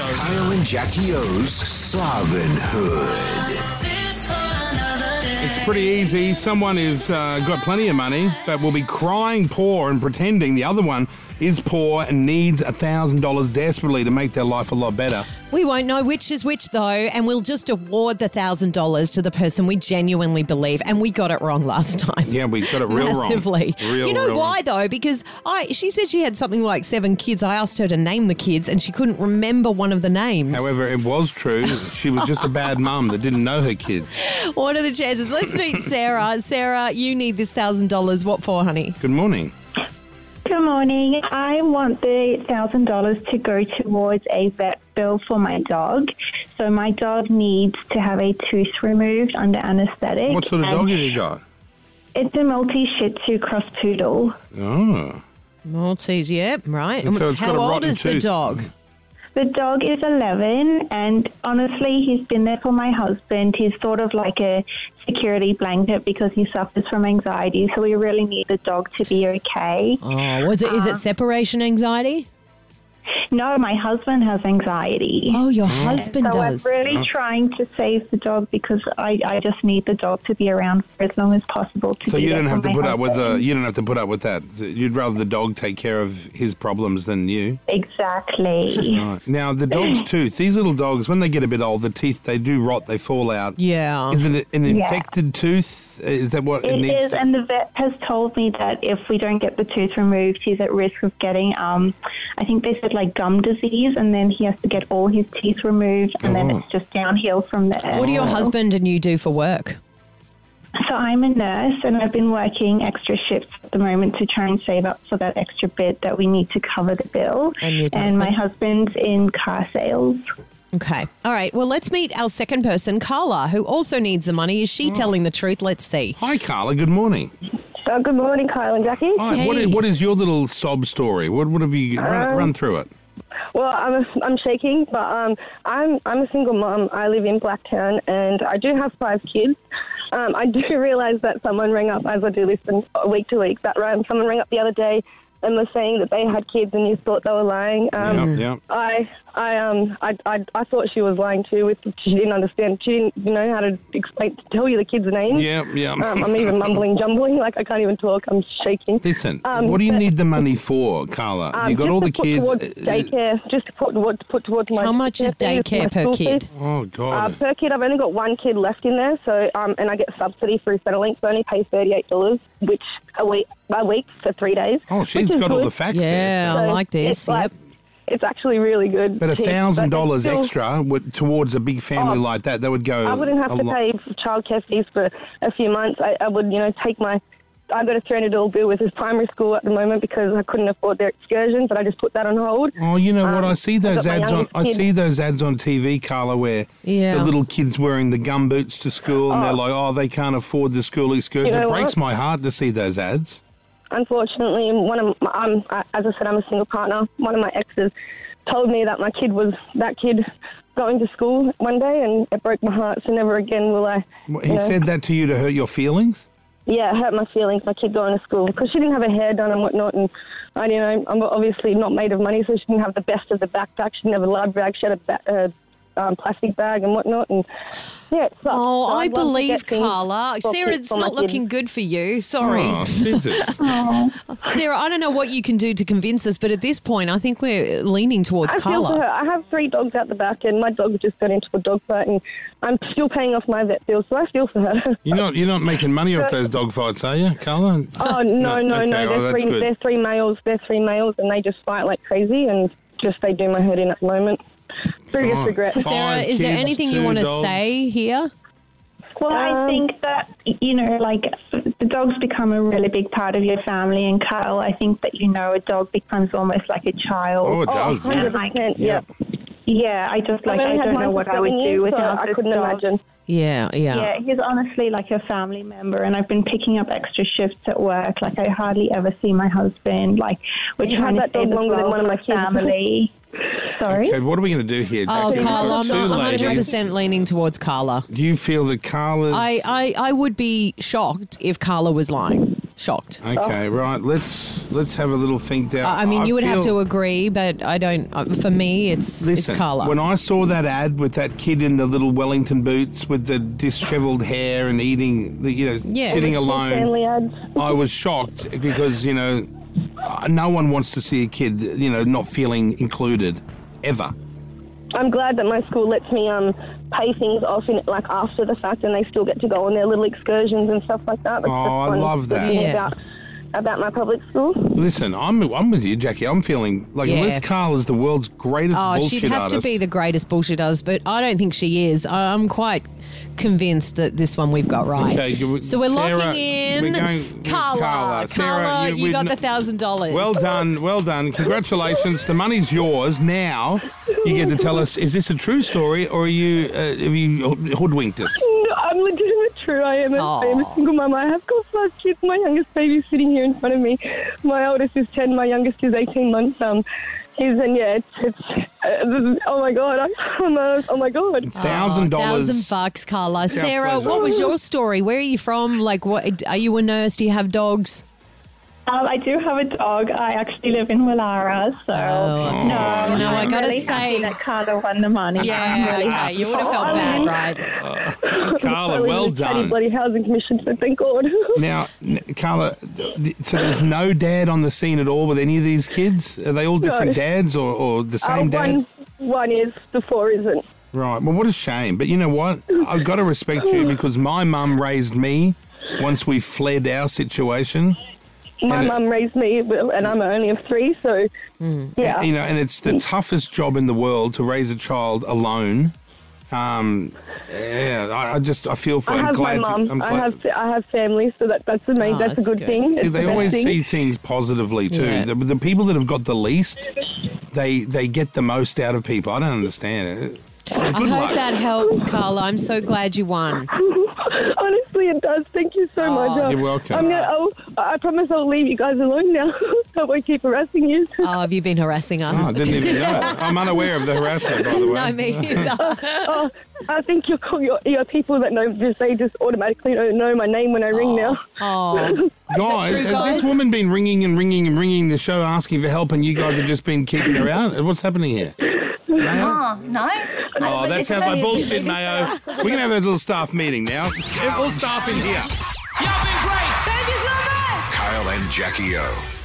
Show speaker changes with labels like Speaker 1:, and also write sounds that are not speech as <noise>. Speaker 1: Kyle and Jackie O's Sovereign Hood.
Speaker 2: It's pretty easy. Someone who's uh, got plenty of money but will be crying poor and pretending the other one is poor and needs $1,000 desperately to make their life a lot better.
Speaker 3: We won't know which is which though, and we'll just award the thousand dollars to the person we genuinely believe. And we got it wrong last time.
Speaker 2: Yeah, we got it real
Speaker 3: Massively.
Speaker 2: wrong. Real,
Speaker 3: you know
Speaker 2: real
Speaker 3: why
Speaker 2: wrong.
Speaker 3: though? Because I she said she had something like seven kids. I asked her to name the kids and she couldn't remember one of the names.
Speaker 2: However, it was true. She was just a bad mum that didn't know her kids.
Speaker 3: <laughs> what are the chances? Let's
Speaker 2: <laughs>
Speaker 3: meet Sarah. Sarah, you need this thousand dollars. What for, honey?
Speaker 2: Good morning.
Speaker 4: Good morning. I want the thousand dollars to go towards a vet bill for my dog. So my dog needs to have a tooth removed under anaesthetic.
Speaker 2: What sort of
Speaker 4: and
Speaker 2: dog have you got?
Speaker 4: It's a multi Shih Tzu cross poodle.
Speaker 2: Oh.
Speaker 3: Maltese, yep, right.
Speaker 2: And so it's
Speaker 3: How
Speaker 2: got a
Speaker 3: old
Speaker 2: rotten
Speaker 3: is the
Speaker 2: tooth.
Speaker 3: dog?
Speaker 4: The dog is eleven, and honestly, he's been there for my husband. He's sort of like a security blanket because he suffers from anxiety. So we really need the dog to be okay.
Speaker 3: Oh, was it, is it separation anxiety?
Speaker 4: No, my husband has anxiety.
Speaker 3: Oh, your
Speaker 2: Mm.
Speaker 3: husband
Speaker 4: so
Speaker 3: does.
Speaker 4: I'm
Speaker 2: Uh-huh.
Speaker 4: really trying to save the dog because I, I just need the dog to be around for as long as possible. To
Speaker 2: So
Speaker 4: be
Speaker 2: you
Speaker 4: there
Speaker 2: don't
Speaker 4: for
Speaker 2: have to
Speaker 4: my
Speaker 2: put up with the
Speaker 4: husband.
Speaker 2: you don't have to put up with that. You'd rather the dog take care of his problems than you. <laughs>
Speaker 4: exactly.
Speaker 2: Right. Now the dog's tooth. These little dogs, when they get a bit old, the teeth they do rot. They fall out.
Speaker 5: Um,
Speaker 3: yeah.
Speaker 2: Is it an
Speaker 4: Yeah.
Speaker 2: infected tooth? Is that what it,
Speaker 4: It
Speaker 2: needs?
Speaker 4: is, and the vet has told me that if we don't get the tooth removed, he's at risk of getting, um, I think they said like gum disease, and then he has to get all his teeth removed, and then
Speaker 2: Oh.
Speaker 4: it's just downhill from there.
Speaker 3: What do your
Speaker 4: So-
Speaker 3: husband and you do for work?
Speaker 4: So I'm a nurse, and I've been working extra shifts at the moment to try and save up for that extra bit that we need to cover the bill.
Speaker 3: And your
Speaker 4: and my husband's in car sales.
Speaker 3: Okay. All right. Well, let's meet our second person, Carla, who also needs the money. Is she
Speaker 5: Mm.
Speaker 3: telling the truth? Let's see.
Speaker 2: Hi, Carla. Good morning.
Speaker 5: So Uh, good morning, Kyle and Jackie.
Speaker 2: Hi. What,
Speaker 3: Hey.
Speaker 2: is, what is your little sob story? What, what have you
Speaker 5: Um,
Speaker 2: run, run through it?
Speaker 5: Well, I'm I'm shaking, but um, I'm I'm a single mom. I live in Blacktown, and I do have five kids. Um, I do <laughs> realise that someone rang up as I do listen week to week. That um, someone rang up the other day and was saying that they had kids, and you thought they were lying.
Speaker 2: yeah,
Speaker 5: Um,
Speaker 2: yeah.
Speaker 5: I I um I, I I thought she was lying too. With she didn't understand. She didn't know how to explain to tell you the kid's name.
Speaker 2: Yeah, yeah.
Speaker 5: Um, I'm even mumbling, <laughs> jumbling. Like I can't even talk. I'm shaking.
Speaker 2: Listen,
Speaker 5: Um,
Speaker 2: what do you
Speaker 5: but-
Speaker 2: need the money for, Carla?
Speaker 5: Um,
Speaker 2: you got
Speaker 5: just
Speaker 2: all
Speaker 5: to
Speaker 2: the
Speaker 5: put
Speaker 2: kids.
Speaker 5: Towards
Speaker 2: uh,
Speaker 5: daycare, just to put, what, to put towards my.
Speaker 3: How much is
Speaker 5: daycare fees, my
Speaker 3: daycare per
Speaker 5: school
Speaker 3: kid?
Speaker 5: fees.
Speaker 2: Oh
Speaker 5: Uh,
Speaker 2: God.
Speaker 5: per kid, I've only got one kid left in there, so um, and I get subsidy through Centrelink. So I only pay thirty-eight dollars, which a week a week for three days.
Speaker 2: oh, she's
Speaker 5: which is
Speaker 2: got all
Speaker 5: good.
Speaker 2: the facts.
Speaker 3: Yeah,
Speaker 2: There,
Speaker 3: I
Speaker 5: So
Speaker 3: like this.
Speaker 5: It's
Speaker 3: Yep.
Speaker 5: like- it's actually really good.
Speaker 2: But a
Speaker 5: cheap,
Speaker 2: thousand
Speaker 5: it's
Speaker 2: dollars
Speaker 5: still-
Speaker 2: extra would, towards a big family
Speaker 5: Oh,
Speaker 2: like that, that would go.
Speaker 5: I wouldn't have
Speaker 2: a
Speaker 5: to
Speaker 2: lot.
Speaker 5: pay childcare fees for a few months. I, I would, you know, take my. I've got a three hundred dollar bill with his primary school at the moment because I couldn't afford their excursions, and I just put that on hold.
Speaker 2: Oh, you know what?
Speaker 5: Um,
Speaker 2: I see those
Speaker 5: I've got my
Speaker 2: ads on.
Speaker 5: youngest
Speaker 2: I
Speaker 5: kid.
Speaker 2: see those ads on TV, Carla, where
Speaker 3: Yeah.
Speaker 2: the little kids wearing the gum boots to school, and they're
Speaker 5: Oh.
Speaker 2: like, "Oh, they can't afford the school excursion."
Speaker 5: You
Speaker 2: it
Speaker 5: know
Speaker 2: breaks
Speaker 5: what?
Speaker 2: my heart to see those ads.
Speaker 5: unfortunately, one of my, um, I- as I said, I'm a single partner. One of my exes told me that my kid was that kid going to school one day, and it broke my heart. So never again will I.
Speaker 2: Well,
Speaker 5: you
Speaker 2: He
Speaker 5: know,
Speaker 2: said that to you to hurt your
Speaker 3: <laughs>
Speaker 2: feelings.
Speaker 5: "Yeah, it hurt my feelings. My kid going to school because she didn't have her hair done and whatnot, and I, you know, I'm obviously not made of money, so she didn't have the best of the backpack. She didn't have a large bag. She had a, ba- a um, plastic bag and whatnot, and yeah, it sucks.
Speaker 3: Oh,
Speaker 5: So
Speaker 3: I
Speaker 5: I'd love to
Speaker 3: believe
Speaker 5: get things
Speaker 3: Carla.
Speaker 5: for-
Speaker 3: Sarah, it's
Speaker 5: for my
Speaker 3: not
Speaker 5: kids.
Speaker 3: looking good for you. Sorry.
Speaker 2: Oh, Jesus.
Speaker 3: <laughs> Sarah, I don't know what you can do to convince us, but at this point, I think we're leaning towards
Speaker 5: I feel for her.
Speaker 3: Carla.
Speaker 5: I have three dogs out the back, and my dog just got into a dog fight, and I'm still paying off my vet bill, so I feel for her.
Speaker 2: You're not you're not making money off those dog fights, are you, Carla?
Speaker 5: <laughs> oh no, no, no!
Speaker 2: okay,
Speaker 5: They're
Speaker 2: oh, that's
Speaker 5: three.
Speaker 2: good.
Speaker 5: They're three males. They're three males, and they just fight like crazy, and just they do my head in at the moment. Biggest
Speaker 2: Oh.
Speaker 5: regret.
Speaker 3: So, Sarah,
Speaker 2: Five
Speaker 3: is there
Speaker 2: kids,
Speaker 3: anything you
Speaker 2: two
Speaker 3: want to
Speaker 2: dogs.
Speaker 3: say here?
Speaker 4: Well, I
Speaker 5: Um,
Speaker 4: think that, you know, like the dogs become a really big part of your family. And Kyle, I think that, you know, a dog becomes almost like a child.
Speaker 2: Oh, it does. yeah.
Speaker 5: 100%,
Speaker 2: Yeah.
Speaker 5: yeah.
Speaker 4: Yeah, I just like,
Speaker 5: I've
Speaker 4: I
Speaker 5: only had
Speaker 4: don't
Speaker 5: mine
Speaker 4: know
Speaker 5: for
Speaker 4: what I
Speaker 5: seven
Speaker 4: would
Speaker 5: years,
Speaker 4: do
Speaker 5: so
Speaker 4: without
Speaker 5: I
Speaker 4: this
Speaker 5: couldn't
Speaker 4: dog.
Speaker 5: imagine.
Speaker 3: Yeah, yeah.
Speaker 4: Yeah, he's honestly like a family member, and I've been picking up extra shifts at work. Like I hardly ever see my husband. Like we're
Speaker 5: You
Speaker 4: trying to
Speaker 5: had that
Speaker 4: stay
Speaker 5: dog
Speaker 4: the
Speaker 5: longer than
Speaker 4: role
Speaker 5: one of my
Speaker 4: for <laughs>
Speaker 5: kids.
Speaker 4: Family. Sorry.
Speaker 2: Okay, what are we going to do here,
Speaker 3: Oh,
Speaker 2: Jackie? We've got
Speaker 3: Carla, I'm
Speaker 2: two
Speaker 3: not 100
Speaker 2: ladies.
Speaker 3: percent leaning towards Carla.
Speaker 2: Do you feel that Carla's?
Speaker 3: I, I, I would be shocked if Carla was lying. shocked.
Speaker 2: Okay, right. Let's let's have a little think down.
Speaker 3: I I mean, you would have
Speaker 2: feel-
Speaker 3: to agree, but I don't. uh, For me, it's
Speaker 2: Listen,
Speaker 3: it's Carla.
Speaker 2: when I saw that ad with that kid in the little Wellington boots with the dishevelled hair and eating, the, you know,
Speaker 3: Yeah.
Speaker 2: sitting
Speaker 5: Family
Speaker 2: alone,
Speaker 5: ads.
Speaker 2: I was shocked because you know, uh, no one wants to see a kid, you know, not feeling included, ever.
Speaker 5: I'm glad that my school lets me um, pay things off in like after the fact, and they still get to go on their little excursions and stuff like that. That's
Speaker 2: Oh,
Speaker 5: that's
Speaker 2: I
Speaker 5: one
Speaker 2: love
Speaker 5: good
Speaker 2: that.
Speaker 5: thing
Speaker 3: Yeah.
Speaker 5: About, about my public school. <laughs>
Speaker 2: Listen, I'm I'm with you, Jackie. I'm feeling like
Speaker 3: Yeah.
Speaker 2: unless Carl is the world's greatest
Speaker 3: oh,
Speaker 2: bullshit
Speaker 3: she'd have
Speaker 2: artist,
Speaker 3: to be the greatest bullshitters, but I don't think she is. I- I'm quite convinced that this one we've got right.
Speaker 2: Okay, you-
Speaker 3: so we're
Speaker 2: Sarah,
Speaker 3: locking in
Speaker 2: we're going with
Speaker 3: Carla.
Speaker 2: Carla.
Speaker 3: Carla,
Speaker 2: Sarah, you-
Speaker 3: you,
Speaker 2: we've
Speaker 3: got
Speaker 2: kn-
Speaker 3: the thousand dollars.
Speaker 2: Well done, well done. Congratulations. The money's yours now. You get to tell us: is this a true story, or are you uh, have you hoodwinked us?
Speaker 5: No, I'm legitimate true. I am a, I am
Speaker 3: Aw.
Speaker 5: a single mum. I have got five kids. My youngest baby's sitting here in front of me. My oldest is 10. My youngest is 18 months. Um, he's, and yeah, it's, it's uh, oh my God. I- I'm, uh, oh my God.
Speaker 2: Thousand
Speaker 3: Thousand
Speaker 2: dollars.
Speaker 3: bucks, Carla. Sarah,
Speaker 2: pleasure.
Speaker 3: what was your story? Where are you from? Like, what are you a nurse? Do you have dogs?
Speaker 4: Um, I do have a dog. I actually live in Willara, so
Speaker 3: Oh.
Speaker 4: no,
Speaker 3: No, I
Speaker 4: I'm
Speaker 3: gotta
Speaker 4: really happy
Speaker 3: say-
Speaker 4: that Carla won the money. I'm really
Speaker 3: okay.
Speaker 4: happy
Speaker 3: You would have
Speaker 4: for
Speaker 3: felt
Speaker 4: her.
Speaker 3: bad, right?
Speaker 2: Carla,
Speaker 5: I live in
Speaker 2: well
Speaker 5: the Caddy
Speaker 2: done.
Speaker 5: bloody housing commission, so thank God.
Speaker 2: Now, n- Carla, th- th- so there's no dad on the scene at all with any of these kids? Are they all different
Speaker 5: No.
Speaker 2: dads or, or the
Speaker 5: <laughs> Uh,
Speaker 2: same dad?
Speaker 5: one, one is, the four isn't.
Speaker 2: Right. Well, what a shame. But you know what? I've got to respect
Speaker 5: Mm.
Speaker 2: you because my mum raised me once we fled our situation.
Speaker 5: My
Speaker 2: And it-
Speaker 5: mum raised me, well, and I'm only of three, so yeah. Mm.
Speaker 2: You know, Mm. and it's the toughest job in the world to raise a child alone. Um, yeah, I, I just I feel for.
Speaker 5: I
Speaker 2: I'm
Speaker 5: have my
Speaker 2: glad. I'm
Speaker 5: mum.
Speaker 2: glad. Ah,
Speaker 5: I have I have family, so that that's amazing.
Speaker 3: Oh, <laughs>
Speaker 5: that's,
Speaker 3: that's
Speaker 5: a good,
Speaker 3: good.
Speaker 5: thing.
Speaker 2: See,
Speaker 5: It's
Speaker 2: they
Speaker 5: the best
Speaker 2: always
Speaker 5: thing.
Speaker 2: see things positively too.
Speaker 3: Yeah.
Speaker 2: The, the people that have got the least, they they get the most out of people. I don't understand it. Good
Speaker 3: I hope
Speaker 2: luck.
Speaker 3: that helps, Carla. I'm so glad you won.
Speaker 5: <laughs> Honestly, it does. Thank you so much. Uh,
Speaker 2: Ah, You're welcome.
Speaker 5: I'm gonna, I'll, I promise I'll leave you guys alone now. <laughs> I won't keep harassing
Speaker 2: <laughs>
Speaker 5: you.
Speaker 3: Oh, have you been harassing us?
Speaker 2: Oh, I didn't even know. it. I'm unaware of the harassment, by the way.
Speaker 3: no, me either.
Speaker 5: oh, I think you're, cool. you're, you're people that know just they just automatically don't know my name when I
Speaker 2: Ah.
Speaker 5: ring now.
Speaker 3: Oh,
Speaker 2: Guys,
Speaker 3: true,
Speaker 2: has
Speaker 3: guys?
Speaker 2: this woman been ringing and ringing and ringing the show asking for help, and you guys have just been keeping her out? What's happening here? Mayo?
Speaker 6: Oh, no.
Speaker 2: Oh, that sounds like bullshit, Mayo. We're going to have a little staff meeting now. All staff in here.
Speaker 1: Kyle and Jackie O.